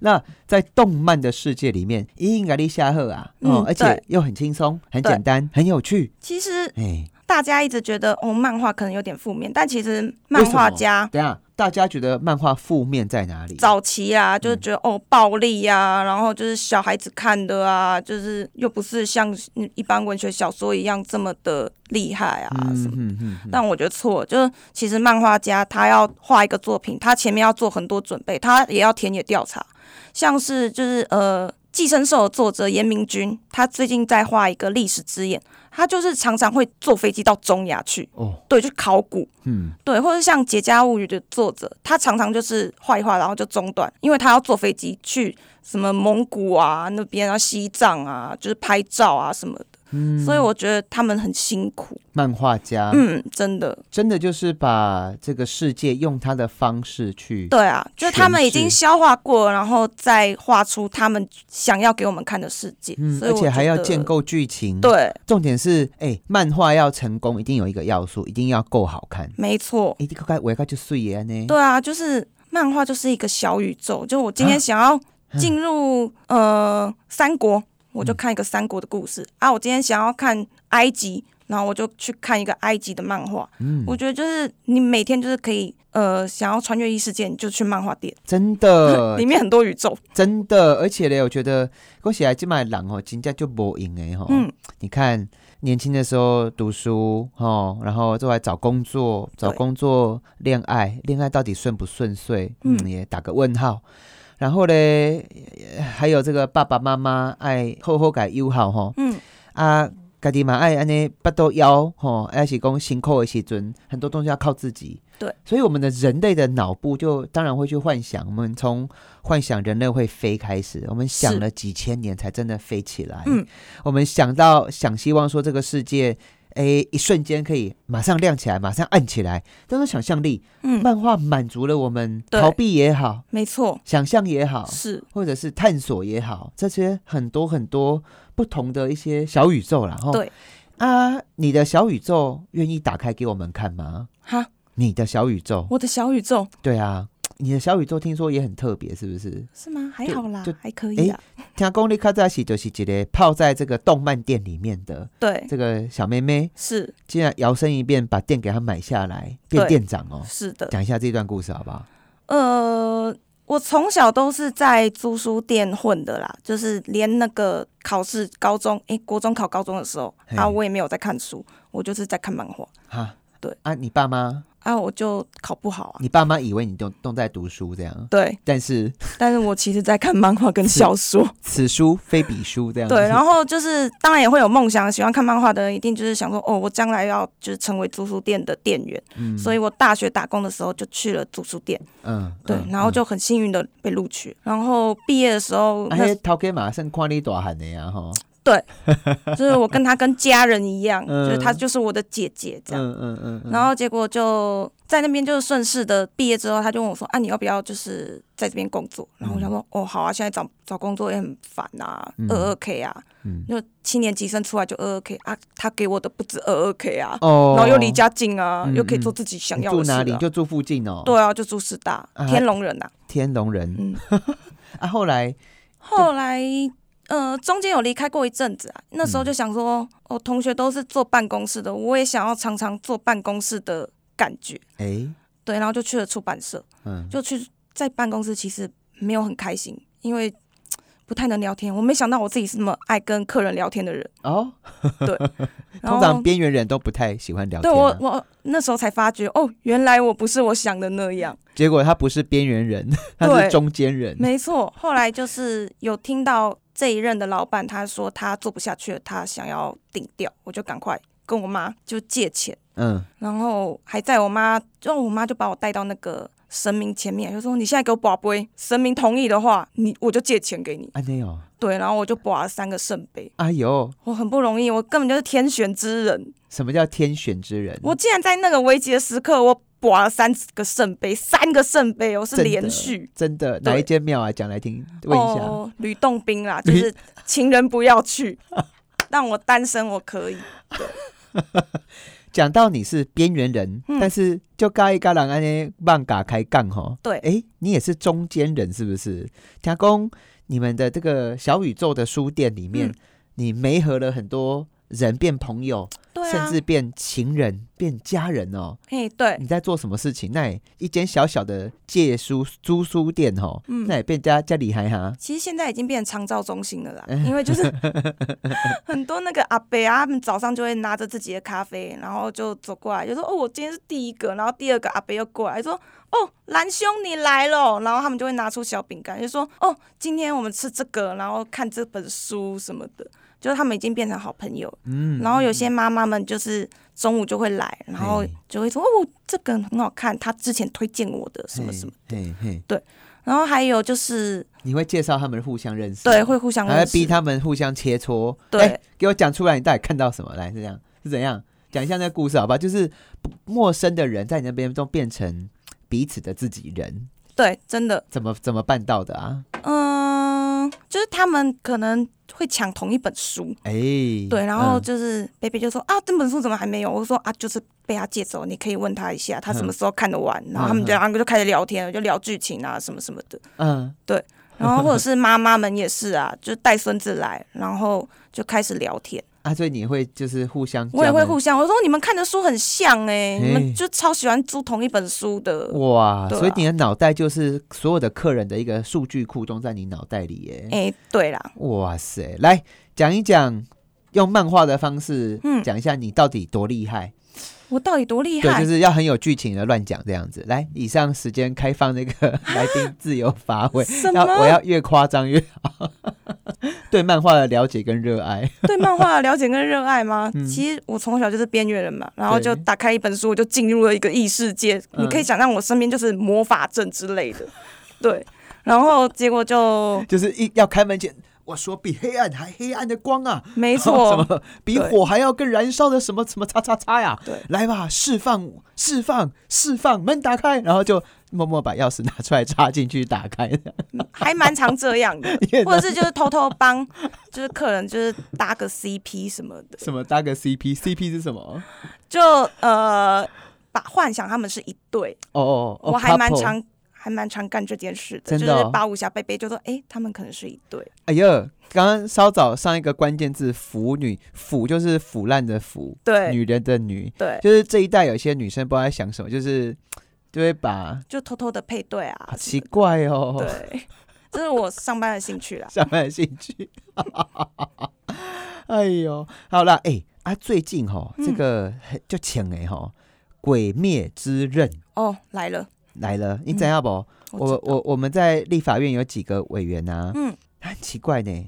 [SPEAKER 3] 那在动漫的世界里面，应该你下赫啊，哦，
[SPEAKER 4] 嗯
[SPEAKER 3] 而且
[SPEAKER 4] 对
[SPEAKER 3] 又很轻松、很
[SPEAKER 4] 对
[SPEAKER 3] 简单、很有趣，
[SPEAKER 4] 其实
[SPEAKER 3] 哎，
[SPEAKER 4] 大家一直觉得哦，漫画可能有点负面，但其实漫画家
[SPEAKER 3] 等一下，大家觉得漫画负面在哪里？
[SPEAKER 4] 早期
[SPEAKER 3] 嗯
[SPEAKER 4] 啊，就是觉得、哦暴力啊，然后就是小孩子看的啊，就是又不是像嗯一般文学小说一样这么的厉害啊什么。
[SPEAKER 3] 嗯嗯嗯，
[SPEAKER 4] 但我觉得错，就是其实漫画家他要画一个作品，他前面要做很多准备，他也要田野调查，像是就是呃《寄生兽》的作者严明君，他最近在画一个历史之眼，他就是常常会坐飞机到中亚去，
[SPEAKER 3] 哦，
[SPEAKER 4] 对，去考古，
[SPEAKER 3] 嗯
[SPEAKER 4] 对，或者像《节家物语》的作者，他常常就是画一画，然后就中断，因为他要坐飞机去什么蒙古啊那边啊、西藏啊，就是拍照啊什么的。
[SPEAKER 3] 嗯，啊
[SPEAKER 4] 所以我觉得他们很辛苦，
[SPEAKER 3] 漫画家，
[SPEAKER 4] 嗯，真的，
[SPEAKER 3] 真的就是把这个世界用他的方式去，
[SPEAKER 4] 对啊，就是他们已经
[SPEAKER 3] 诠释
[SPEAKER 4] 消化过，然后再画出他们想要给我们看的世界，
[SPEAKER 3] 嗯，
[SPEAKER 4] 所以
[SPEAKER 3] 而
[SPEAKER 4] 我
[SPEAKER 3] 且还
[SPEAKER 4] 觉
[SPEAKER 3] 要
[SPEAKER 4] 得
[SPEAKER 3] 建。构剧情。，
[SPEAKER 4] 对，
[SPEAKER 3] 重点是，哎、漫画要成功，一定有一个要素，一定要够好看。
[SPEAKER 4] 没错，
[SPEAKER 3] 哎、欸，你看我看就碎耶呢。
[SPEAKER 4] 对啊，就是漫画就是一个小宇宙，就我今天
[SPEAKER 3] 啊
[SPEAKER 4] 想要进入、呃三
[SPEAKER 3] 嗯
[SPEAKER 4] 国，我就看一个三国的故事、啊，我今天想要看埃及。然后我就去看一个埃及的漫画，
[SPEAKER 3] 嗯
[SPEAKER 4] 我觉得就是你每天就是可以，呃，想要穿越异世界，你就去漫画店，
[SPEAKER 3] 真的
[SPEAKER 4] 里，面很多宇宙，
[SPEAKER 3] 真的，而且呢，我觉得恭喜来这卖人哦，真正就无用哎哈。
[SPEAKER 4] 嗯，
[SPEAKER 3] 你看年轻的时候读书哦，然后后来找工作，找
[SPEAKER 4] 对
[SPEAKER 3] 工作，恋爱，恋爱到底顺不顺遂？嗯
[SPEAKER 4] 嗯，
[SPEAKER 3] 也打个问号。然后嘞，还有这个爸爸妈妈爱好好改友好吼
[SPEAKER 4] 嗯，
[SPEAKER 3] 啊，家己嘛爱安尼八肚腰吼，还是讲辛苦的时阵，很多东西要靠自己。
[SPEAKER 4] 对，
[SPEAKER 3] 所以我们的人类的脑部就当然会去幻想，我们从幻想人类会飞开始，我们想
[SPEAKER 4] 是
[SPEAKER 3] 了几千年才真的飞起来。
[SPEAKER 4] 嗯，
[SPEAKER 3] 我们想到想希望说这个世界。诶，一瞬间可以马上亮起来，马上暗起来，都是想象力。
[SPEAKER 4] 嗯，
[SPEAKER 3] 漫画满足了我们
[SPEAKER 4] 对
[SPEAKER 3] 逃避也好，
[SPEAKER 4] 没错，
[SPEAKER 3] 想象也好，
[SPEAKER 4] 是，
[SPEAKER 3] 或者是探索也好，这些很多很多不同的一些小宇宙啦。吼
[SPEAKER 4] 对
[SPEAKER 3] 啊，你的小宇宙愿意打开给我们看吗？
[SPEAKER 4] 哈，
[SPEAKER 3] 你的小宇宙，
[SPEAKER 4] 我的小宇宙，
[SPEAKER 3] 对啊，你的小宇宙听说也很特别，是不是？
[SPEAKER 4] 是吗？还
[SPEAKER 3] 就
[SPEAKER 4] 好啦
[SPEAKER 3] 就，
[SPEAKER 4] 还可以啊。
[SPEAKER 3] 听公立卡扎西就是一个泡在这个动漫店里面的
[SPEAKER 4] 对，
[SPEAKER 3] 这个小妹妹，
[SPEAKER 4] 是
[SPEAKER 3] 竟然摇身一变把店给她买下来，变
[SPEAKER 4] 对
[SPEAKER 3] 店长哦。
[SPEAKER 4] 是的。
[SPEAKER 3] 讲一下这段故事好不好？
[SPEAKER 4] 呃，我从小都是在租书店混的啦，就是连那个考试，高中诶、国中考高中的时候
[SPEAKER 3] 嘿
[SPEAKER 4] 啊，我也没有在看书，我就是在看漫画
[SPEAKER 3] 哈，
[SPEAKER 4] 对
[SPEAKER 3] 啊，你爸妈，
[SPEAKER 4] 啊，我就考不好啊。
[SPEAKER 3] 你爸妈以为你都都在读书这样，
[SPEAKER 4] 对，
[SPEAKER 3] 但是
[SPEAKER 4] 但是我其实在看漫画跟小说。
[SPEAKER 3] 此书非彼书这样。
[SPEAKER 4] 对，然后就是当然也会有梦想，喜欢看漫画的人一定就是想说，哦，我将来要就是成为租书店的店员。
[SPEAKER 3] 嗯
[SPEAKER 4] 所以我大学打工的时候就去了租书店，
[SPEAKER 3] 嗯，
[SPEAKER 4] 对，
[SPEAKER 3] 嗯
[SPEAKER 4] 然后就很幸运的被录取。然后毕业的时候，
[SPEAKER 3] 啊，
[SPEAKER 4] 那
[SPEAKER 3] 迄头家马上看你大汉的呀，吼，
[SPEAKER 4] 就是我跟她跟家人一样，
[SPEAKER 3] 嗯
[SPEAKER 4] 就是她就是我的姐姐这样。
[SPEAKER 3] 嗯嗯嗯嗯，
[SPEAKER 4] 然后结果就在那边就是顺势的毕业之后，她就问我说：“啊，你要不要就是在这边工作？”然后我想说：“哦，好啊，现在找找工作也很烦啊，
[SPEAKER 3] 嗯
[SPEAKER 4] 二二 k 啊，
[SPEAKER 3] 嗯
[SPEAKER 4] 就七年级生出来就二二 k 啊，她给我的不止二二 k 啊，
[SPEAKER 3] 哦
[SPEAKER 4] 然后又离家近啊
[SPEAKER 3] 嗯，
[SPEAKER 4] 又可以做自己想
[SPEAKER 3] 你
[SPEAKER 4] 要的
[SPEAKER 3] 住
[SPEAKER 4] 事
[SPEAKER 3] 哪里？
[SPEAKER 4] 啊。
[SPEAKER 3] 就住附近哦。
[SPEAKER 4] 对，啊，就住师大
[SPEAKER 3] 啊
[SPEAKER 4] 天龙人呐、啊，
[SPEAKER 3] 天龙人
[SPEAKER 4] 嗯。”
[SPEAKER 3] 啊，后来
[SPEAKER 4] 后来呃，中间有离开过一阵子啊，那时候
[SPEAKER 3] 嗯
[SPEAKER 4] 就想说，哦，同学都是坐办公室的，我也想要常常坐办公室的感觉，
[SPEAKER 3] 哎，
[SPEAKER 4] 对，然后就去了出版社，
[SPEAKER 3] 嗯，
[SPEAKER 4] 就去在办公室，其实没有很开心，因为。嘖不太能聊天，我没想到我自己是那么爱跟客人聊天的人。
[SPEAKER 3] 哦，
[SPEAKER 4] 然
[SPEAKER 3] 通
[SPEAKER 4] 后
[SPEAKER 3] 常边缘人都不太喜欢聊
[SPEAKER 4] 对
[SPEAKER 3] 天
[SPEAKER 4] 我
[SPEAKER 3] 啊，
[SPEAKER 4] 我那时候才发觉，哦，原来我不是我想的那样。
[SPEAKER 3] 结果他不是边缘人， 他是
[SPEAKER 4] 对
[SPEAKER 3] 中间人。
[SPEAKER 4] 没错，后来就是有听到这一任的老板他说他做不下去了，他想要顶掉，我就赶快跟我妈就借钱，
[SPEAKER 3] 嗯，
[SPEAKER 4] 然后还在我妈，就我妈就把我带到那个神明前面，就说你现在给我把杯，神明同意的话，你我就借钱给你。
[SPEAKER 3] 安内哦，
[SPEAKER 4] 对，然后我就把了三个圣杯，
[SPEAKER 3] 哎呦，
[SPEAKER 4] 我很不容易，我根本就是天选之人，
[SPEAKER 3] 什么叫天选之人？
[SPEAKER 4] 我竟然在那个危急的时刻，我把了三个圣杯，三个圣杯，我是
[SPEAKER 3] 真的
[SPEAKER 4] 连续。
[SPEAKER 3] 真的
[SPEAKER 4] 对
[SPEAKER 3] 哪一间庙啊？讲来听，问一下。
[SPEAKER 4] 哦，吕洞宾 啦，就
[SPEAKER 3] 吕
[SPEAKER 4] 是情人不 要去，让我单身我可以。
[SPEAKER 3] 讲到你是边缘人，
[SPEAKER 4] 嗯
[SPEAKER 3] 但是就嘎一嘎人安尼棒嘎开杠吼。
[SPEAKER 4] 对
[SPEAKER 3] 哎、你也是中间人是不是？听讲你们的这个小宇宙的书店里面，
[SPEAKER 4] 嗯
[SPEAKER 3] 你媒合了很多人变朋友，
[SPEAKER 4] 对
[SPEAKER 3] 甚
[SPEAKER 4] 啊，
[SPEAKER 3] 至变情人、变家人哦。
[SPEAKER 4] 嘿，对，
[SPEAKER 3] 你在做什么事情？那也一间小小的借书租书店哦，
[SPEAKER 4] 嗯
[SPEAKER 3] 那也变家家厉害哈。
[SPEAKER 4] 其实现在已经变长照中心了啦，
[SPEAKER 3] 哎
[SPEAKER 4] 因为就是 很多那个阿伯啊，他们早上就会拿着自己的咖啡，然后就走过来，就说：“哦，我今天是第一个。”然后第二个阿伯又过来说：“哦，蓝兄你来了。”然后他们就会拿出小饼干，就说：“哦，今天我们吃这个，然后看这本书什么的。”就是他们已经变成好朋友。
[SPEAKER 3] 嗯，
[SPEAKER 4] 然后有些妈妈们就是中午就会来，然后
[SPEAKER 3] 嘿
[SPEAKER 4] 就会说：“哦，这个很好看，他之前推荐我的什么什么。
[SPEAKER 3] 嘿，嘿嘿，”
[SPEAKER 4] 然后还有就是
[SPEAKER 3] 你会介绍他们互相认识，
[SPEAKER 4] 对，会互相
[SPEAKER 3] 还
[SPEAKER 4] 认
[SPEAKER 3] 会
[SPEAKER 4] 识
[SPEAKER 3] 逼他们互相切磋。
[SPEAKER 4] 对
[SPEAKER 3] 哎给我讲出来，你到底看到什么？来，是这样，是怎样？讲一下那个故事好不好？就是不陌生的人在你那边都变成彼此的自己人，
[SPEAKER 4] 对，真的，
[SPEAKER 3] 怎么怎么办到的啊？
[SPEAKER 4] 嗯，就是他们可能会抢同一本书，
[SPEAKER 3] 哎，
[SPEAKER 4] 对，然后
[SPEAKER 3] 嗯
[SPEAKER 4] 就是贝贝就说啊，这本书怎么还没有？我说啊，就是被他借走，你可以问他一下，他什么时候看得完。然后他们就
[SPEAKER 3] 嗯嗯嗯
[SPEAKER 4] 然后就开始聊天了，就聊剧情啊什么什么的。
[SPEAKER 3] 嗯，
[SPEAKER 4] 然后或者是妈妈们也是啊，就带孙子来，然后就开始聊天。
[SPEAKER 3] 啊，所以你会就是互相，
[SPEAKER 4] 我也会互相，我说你们看的书很像哎、你
[SPEAKER 3] 嘿
[SPEAKER 4] 们就超喜欢租同一本书的。
[SPEAKER 3] 哇，
[SPEAKER 4] 对啊
[SPEAKER 3] 所以你的脑袋就是所有的客人的一个数据库都在你脑袋里耶。
[SPEAKER 4] 哎、对啦，
[SPEAKER 3] 哇塞，来讲一讲，用漫画的方式
[SPEAKER 4] 嗯
[SPEAKER 3] 讲一下你到底多厉害。
[SPEAKER 4] 我到底多厉
[SPEAKER 3] 对，
[SPEAKER 4] 害？
[SPEAKER 3] 就是要很有剧情的乱讲这样子。来，以上时间开放那个 来宾自由发挥，
[SPEAKER 4] 啊什
[SPEAKER 3] 要我
[SPEAKER 4] 么？
[SPEAKER 3] 要越夸张越好。 对漫画的了解跟热爱，
[SPEAKER 4] 对漫画的了解跟热爱吗？
[SPEAKER 3] 嗯
[SPEAKER 4] 其实我从小就是边缘人嘛，然后就
[SPEAKER 3] 对
[SPEAKER 4] 打开一本书，我就进入了一个异世界。
[SPEAKER 3] 嗯
[SPEAKER 4] 你可以想象我身边就是魔法阵之类 的，对。然后结果就
[SPEAKER 3] 就是一要开门前，我说比黑暗还黑暗的光啊，
[SPEAKER 4] 没
[SPEAKER 3] 什
[SPEAKER 4] 错，
[SPEAKER 3] 么比
[SPEAKER 4] 对
[SPEAKER 3] 火还要更燃烧的什么什么叉叉叉呀，
[SPEAKER 4] 对
[SPEAKER 3] 来吧，释放释放释放，门打开，然后就默默把钥匙拿出来插进去打开，
[SPEAKER 4] 还蛮常这样的
[SPEAKER 3] 也，
[SPEAKER 4] 或者是就是偷偷帮，就是客人就是搭个 CP 什么的，
[SPEAKER 3] 什么搭个 CP，CP 是什么？
[SPEAKER 4] 就呃把幻想他们是一对，
[SPEAKER 3] 哦哦，哦
[SPEAKER 4] 我还蛮。
[SPEAKER 3] couple
[SPEAKER 4] 常还蛮常干这件事的，
[SPEAKER 3] 真
[SPEAKER 4] 就
[SPEAKER 3] 的哦
[SPEAKER 4] 是八五侠贝贝就说，哎、他们可能是一对，
[SPEAKER 3] 哎呀，刚刚稍早上一个关键字“腐女”，腐就是腐烂的腐，
[SPEAKER 4] 对
[SPEAKER 3] 女人的女，
[SPEAKER 4] 对，
[SPEAKER 3] 就是这一代有些女生不知道在想什么，就是就会把
[SPEAKER 4] 就偷偷的配对啊
[SPEAKER 3] 好，奇怪哦，
[SPEAKER 4] 对，这是我上班的兴趣啦。
[SPEAKER 3] 上班的兴趣。 哎呦，好啦，哎、啊，最近哈、
[SPEAKER 4] 嗯
[SPEAKER 3] 这个很就请哎哈，《鬼灭之刃》
[SPEAKER 4] 哦，来了，
[SPEAKER 3] 来了，你
[SPEAKER 4] 嗯
[SPEAKER 3] 知道不？我
[SPEAKER 4] 我
[SPEAKER 3] 我我们在立法院有几个委员啊，
[SPEAKER 4] 嗯，
[SPEAKER 3] 很奇怪呢，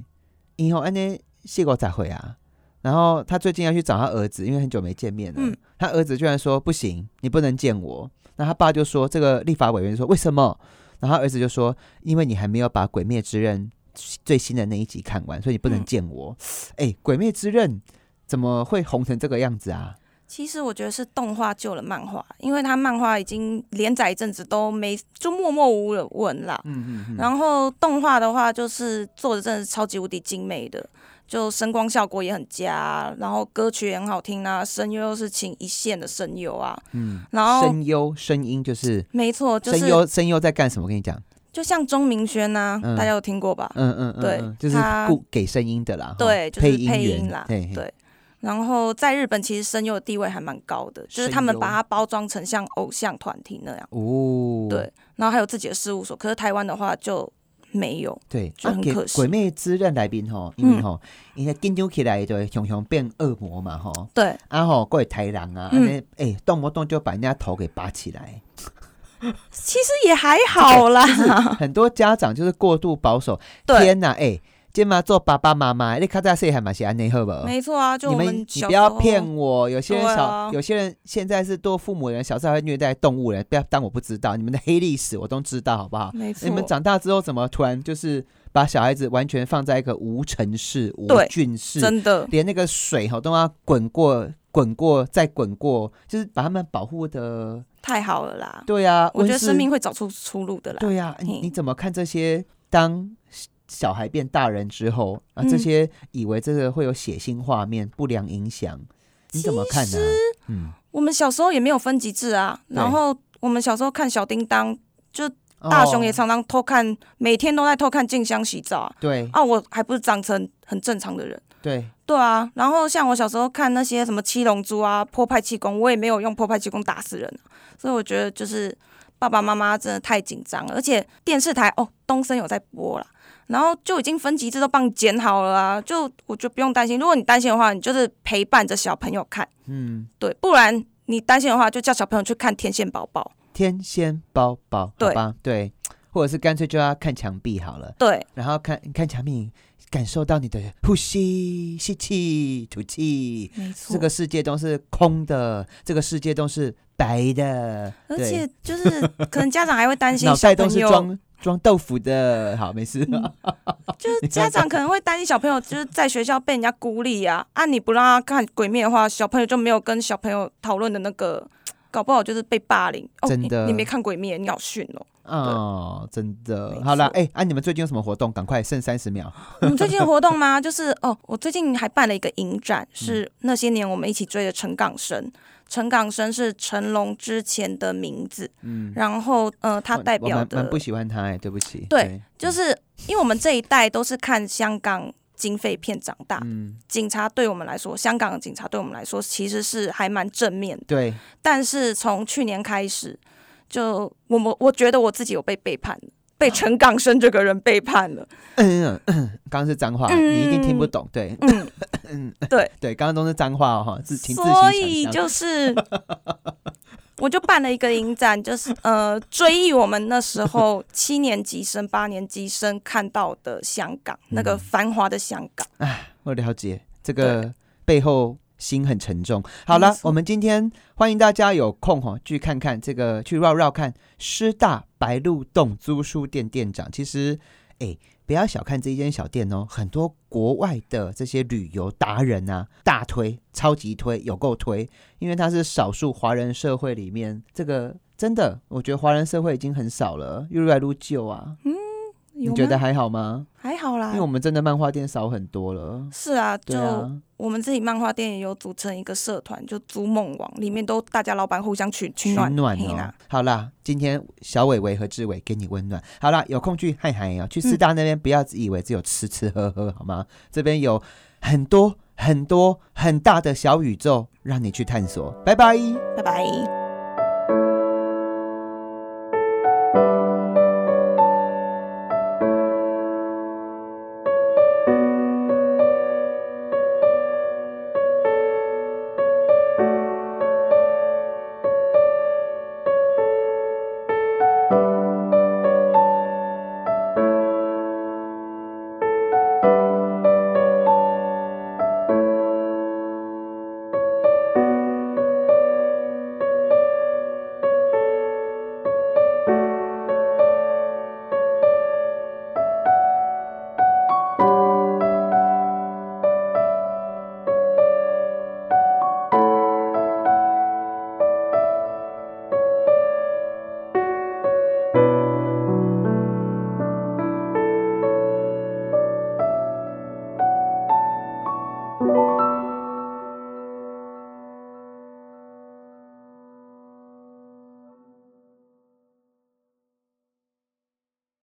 [SPEAKER 3] 因后安呢谢过再回啊，然后他最近要去找他儿子，因为很久没见面了，
[SPEAKER 4] 嗯
[SPEAKER 3] 他儿子居然说不行，你不能见我。那他爸就说，这个立法委员说为什么？然后他儿子就说，因为你还没有把《鬼灭之刃》最新的那一集看完，所以你不能
[SPEAKER 4] 嗯
[SPEAKER 3] 见我。哎、鬼灭之刃》怎么会红成这个样子啊？
[SPEAKER 4] 其实我觉得是动画救了漫画，因为它漫画已经连载一阵子都没就默默无闻啦。
[SPEAKER 3] 嗯嗯嗯
[SPEAKER 4] 然后动画的话，就是做的真的是超级无敌精美的，就声光效果也很佳，然后歌曲也很好听啊，声优又是请一线的声优啊，
[SPEAKER 3] 嗯，
[SPEAKER 4] 然后
[SPEAKER 3] 声优声音就是
[SPEAKER 4] 没错，就
[SPEAKER 3] 声
[SPEAKER 4] 是
[SPEAKER 3] 优声优在干什么？我跟你讲，
[SPEAKER 4] 就像钟明轩呐、
[SPEAKER 3] 嗯
[SPEAKER 4] 大家有听过吧？
[SPEAKER 3] 嗯嗯嗯，
[SPEAKER 4] 对
[SPEAKER 3] 嗯就是
[SPEAKER 4] 他
[SPEAKER 3] 故给声音的啦，哈
[SPEAKER 4] 对，就是
[SPEAKER 3] 音
[SPEAKER 4] 配
[SPEAKER 3] 员
[SPEAKER 4] 音啦，
[SPEAKER 3] 对
[SPEAKER 4] 对。然后在日本，其实声优的地位还蛮高的，就是他
[SPEAKER 3] 声
[SPEAKER 4] 们
[SPEAKER 3] 优
[SPEAKER 4] 把它包装成像偶像团体那样，
[SPEAKER 3] 哦，
[SPEAKER 4] 对。然后还有自己的事务所，可是台湾的话就没有，
[SPEAKER 3] 对，啊
[SPEAKER 4] 就很
[SPEAKER 3] 给
[SPEAKER 4] 可惜嗯
[SPEAKER 3] 鬼灭之刃》来宾吼，因为吼，因为紧张起来就会熊熊变恶魔嘛吼，
[SPEAKER 4] 对，
[SPEAKER 3] 啊吼，过会抬狼啊，
[SPEAKER 4] 嗯
[SPEAKER 3] 安尼哎，动不动就把人家头给拔起 来。
[SPEAKER 4] 其实也还好啦，
[SPEAKER 3] 很多家长就是过度保守，
[SPEAKER 4] 对，
[SPEAKER 3] 天哪，哎，今嘛做爸爸妈妈，你看在谁还蛮是安内好不好？
[SPEAKER 4] 没错啊，就
[SPEAKER 3] 你
[SPEAKER 4] 我
[SPEAKER 3] 们你
[SPEAKER 4] 小
[SPEAKER 3] 不
[SPEAKER 4] 时候
[SPEAKER 3] 要骗我，有些人
[SPEAKER 4] 对
[SPEAKER 3] 小、
[SPEAKER 4] 啊
[SPEAKER 3] 有些人现在是多父母的人，小时候还会虐待动物人，不要当我不知道，你们的黑历史我都知道，好不好？
[SPEAKER 4] 没错，
[SPEAKER 3] 啊你们长大之后怎么突然就是把小孩子完全放在一个无尘室、无
[SPEAKER 4] 对
[SPEAKER 3] 菌室，
[SPEAKER 4] 真的
[SPEAKER 3] 连那个水哈都要滚过、滚过再滚过，就是把他们保护的，
[SPEAKER 4] 太好了啦，
[SPEAKER 3] 对啊，
[SPEAKER 4] 我
[SPEAKER 3] 温
[SPEAKER 4] 觉得
[SPEAKER 3] 室
[SPEAKER 4] 生命会找出出路的啦，
[SPEAKER 3] 对呀、你
[SPEAKER 4] 嘿
[SPEAKER 3] 你怎么看这些当小孩变大人之后啊，这
[SPEAKER 4] 嗯
[SPEAKER 3] 些以为这个会有血腥画面、不良影响，你怎么看呢、嗯，
[SPEAKER 4] 我们小时候也没有分级制啊，
[SPEAKER 3] 对
[SPEAKER 4] 然后我们小时候看小叮当，大雄也
[SPEAKER 3] 哦、
[SPEAKER 4] 常常偷看，每天都在偷看静香洗澡啊。
[SPEAKER 3] 对，
[SPEAKER 4] 啊，我还不是长成很正常的人，
[SPEAKER 3] 对，
[SPEAKER 4] 对啊，然后像我小时候看那些什么七龙珠啊、破派气功，我也没有用破派气功打死人啊、所以我觉得就是爸爸妈妈真的太紧张了，而且电视台哦，东森有在播啦，然后就已经分级制都帮你剪好了啊，就我就不用担心。如果你担心的话，你就是陪伴着小朋友看，
[SPEAKER 3] 嗯，
[SPEAKER 4] 对，不然你担心的话，就叫小朋友去看《天线宝宝》。
[SPEAKER 3] 天仙宝宝，好
[SPEAKER 4] 对
[SPEAKER 3] 吧，对，或者是干脆就要看墙壁好了，
[SPEAKER 4] 对
[SPEAKER 3] 然后看看墙壁，感受到你的呼吸，吸气，吐气。
[SPEAKER 4] 没错
[SPEAKER 3] 这个世界都是空的，这个世界都是白的，
[SPEAKER 4] 而
[SPEAKER 3] 对
[SPEAKER 4] 且就是可能家长还会担心
[SPEAKER 3] 脑
[SPEAKER 4] 小
[SPEAKER 3] 袋都
[SPEAKER 4] 朋
[SPEAKER 3] 是
[SPEAKER 4] 友，嗯
[SPEAKER 3] 装装豆腐的。好，没事。
[SPEAKER 4] 就是家长可能会担心小朋友就是在学校被人家孤立啊，啊你不让他看鬼灭的话，小朋友就没有跟小朋友讨论的那个，搞不好就是被霸凌。哦，
[SPEAKER 3] 真的
[SPEAKER 4] 你，你没看鬼灭，你好逊哦。
[SPEAKER 3] 哦，真的。
[SPEAKER 4] 没
[SPEAKER 3] 好啦，
[SPEAKER 4] 错
[SPEAKER 3] 哎、啊，你们最近有什么活动？赶快剩三十秒。
[SPEAKER 4] 我们最近的活动吗？就是哦，我最近还办了一个影展，
[SPEAKER 3] 嗯
[SPEAKER 4] 是那些年我们一起追的陈港生。陈港生是成龙之前的名字，
[SPEAKER 3] 嗯，
[SPEAKER 4] 然后呃，他
[SPEAKER 3] 我
[SPEAKER 4] 代
[SPEAKER 3] 我
[SPEAKER 4] 表
[SPEAKER 3] 蛮
[SPEAKER 4] 的
[SPEAKER 3] 蛮不喜欢他、哎，对不起。
[SPEAKER 4] 对就是因为我们这一代都是看香港警匪片长大，
[SPEAKER 3] 嗯，
[SPEAKER 4] 警察对我们来说，香港的警察对我们来说其实是还蛮正面的。
[SPEAKER 3] 对，
[SPEAKER 4] 但是从去年开始，就我们我觉得我自己有被背叛了，被陈港生这个人背叛了。
[SPEAKER 3] 嗯，嗯刚刚是脏话，
[SPEAKER 4] 嗯
[SPEAKER 3] 你一定听不懂。对
[SPEAKER 4] 嗯，
[SPEAKER 3] 对，刚刚都是脏话哦，哈，自 请自行
[SPEAKER 4] 所以
[SPEAKER 3] 想象
[SPEAKER 4] 就是 我就办了一个影展，就是呃追忆我们那时 候七年级生、八年级生看到的香港，那
[SPEAKER 3] 嗯
[SPEAKER 4] 个繁华的香港。
[SPEAKER 3] 我了解这个背后心很沉重。好了
[SPEAKER 4] 没，错
[SPEAKER 3] 我们今天欢迎大家有空哈、去看看这个，去绕绕看师大白鹿洞租书店店长。其实，哎，不要小看这一间小店哦，很多国外的这些旅游达人啊，大推、超级推、有够推，因为它是少数华人社会里面这个。真的，我觉得华人社会已经很少了，越来越旧啊。
[SPEAKER 4] 嗯有
[SPEAKER 3] 你
[SPEAKER 4] 吗
[SPEAKER 3] 觉得还好吗？
[SPEAKER 4] 还好啦
[SPEAKER 3] 因为我？们真的漫画店少很多了。
[SPEAKER 4] 是啊，
[SPEAKER 3] 对
[SPEAKER 4] 就
[SPEAKER 3] 啊，
[SPEAKER 4] 我们自己漫画店也有组成一个社团，就租梦网，里面都大家老板互相取取
[SPEAKER 3] 取
[SPEAKER 4] 暖。
[SPEAKER 3] 暖
[SPEAKER 4] 嘿
[SPEAKER 3] 哦
[SPEAKER 4] 啦。
[SPEAKER 3] 好啦，今天小伟伟和志伟给你温暖。好啦，有空去汉海啊，去师
[SPEAKER 4] 嗯
[SPEAKER 3] 大那边不要以为只有吃吃喝喝好吗？这边有很多很多很大的小宇宙让你去探索。拜拜。
[SPEAKER 4] 拜拜。